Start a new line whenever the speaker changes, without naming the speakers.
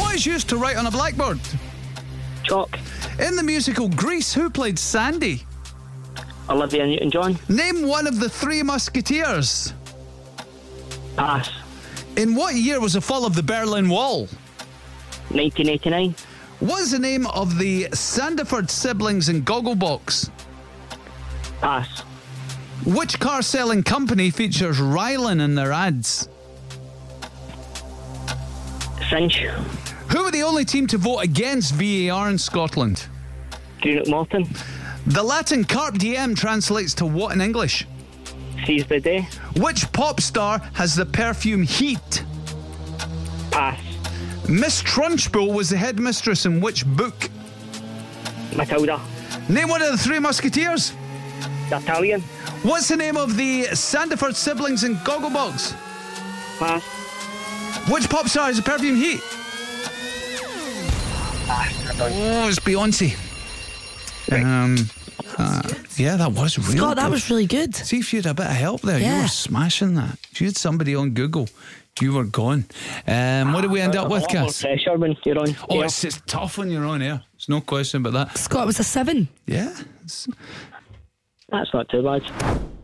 What is used to write on a blackboard?
Chalk.
In the musical Grease, who played Sandy?
Olivia Newton John.
Name one of the Three Musketeers.
Pass.
In what year was the fall of the Berlin Wall?
1989.
What is the name of the Sandiford siblings in Gogglebox?
Pass.
Which car selling company features Rylan in their ads?
Fringe.
Who were the only team to vote against VAR in Scotland?
Greenock Morton.
The Latin carp diem translates to what in English?
Seize the day.
Which pop star has the perfume Heat?
Pass.
Miss Trunchbull was the headmistress in which book?
Matilda.
Name one of the Three Musketeers.
The Italian.
What's the name of the Sandiford siblings in Gogglebox?
Pass.
Which pop star has the perfume Heat?
Pass. I don't-
Oh, it's Beyonce. Um, uh, yeah, that was real.
God, that
good.
was really good.
See if you had a bit of help there. You
Yeah.
were smashing that. If you had somebody on Google, you were gone. Um, what did we
Ah,
end up with,
There's a lot more
Cass?
pressure when you're on.
Oh,
air.
it's, it's tough when you're on air. It's no question about that.
Scott, it was a seven.
Yeah. it's-
That's not too bad.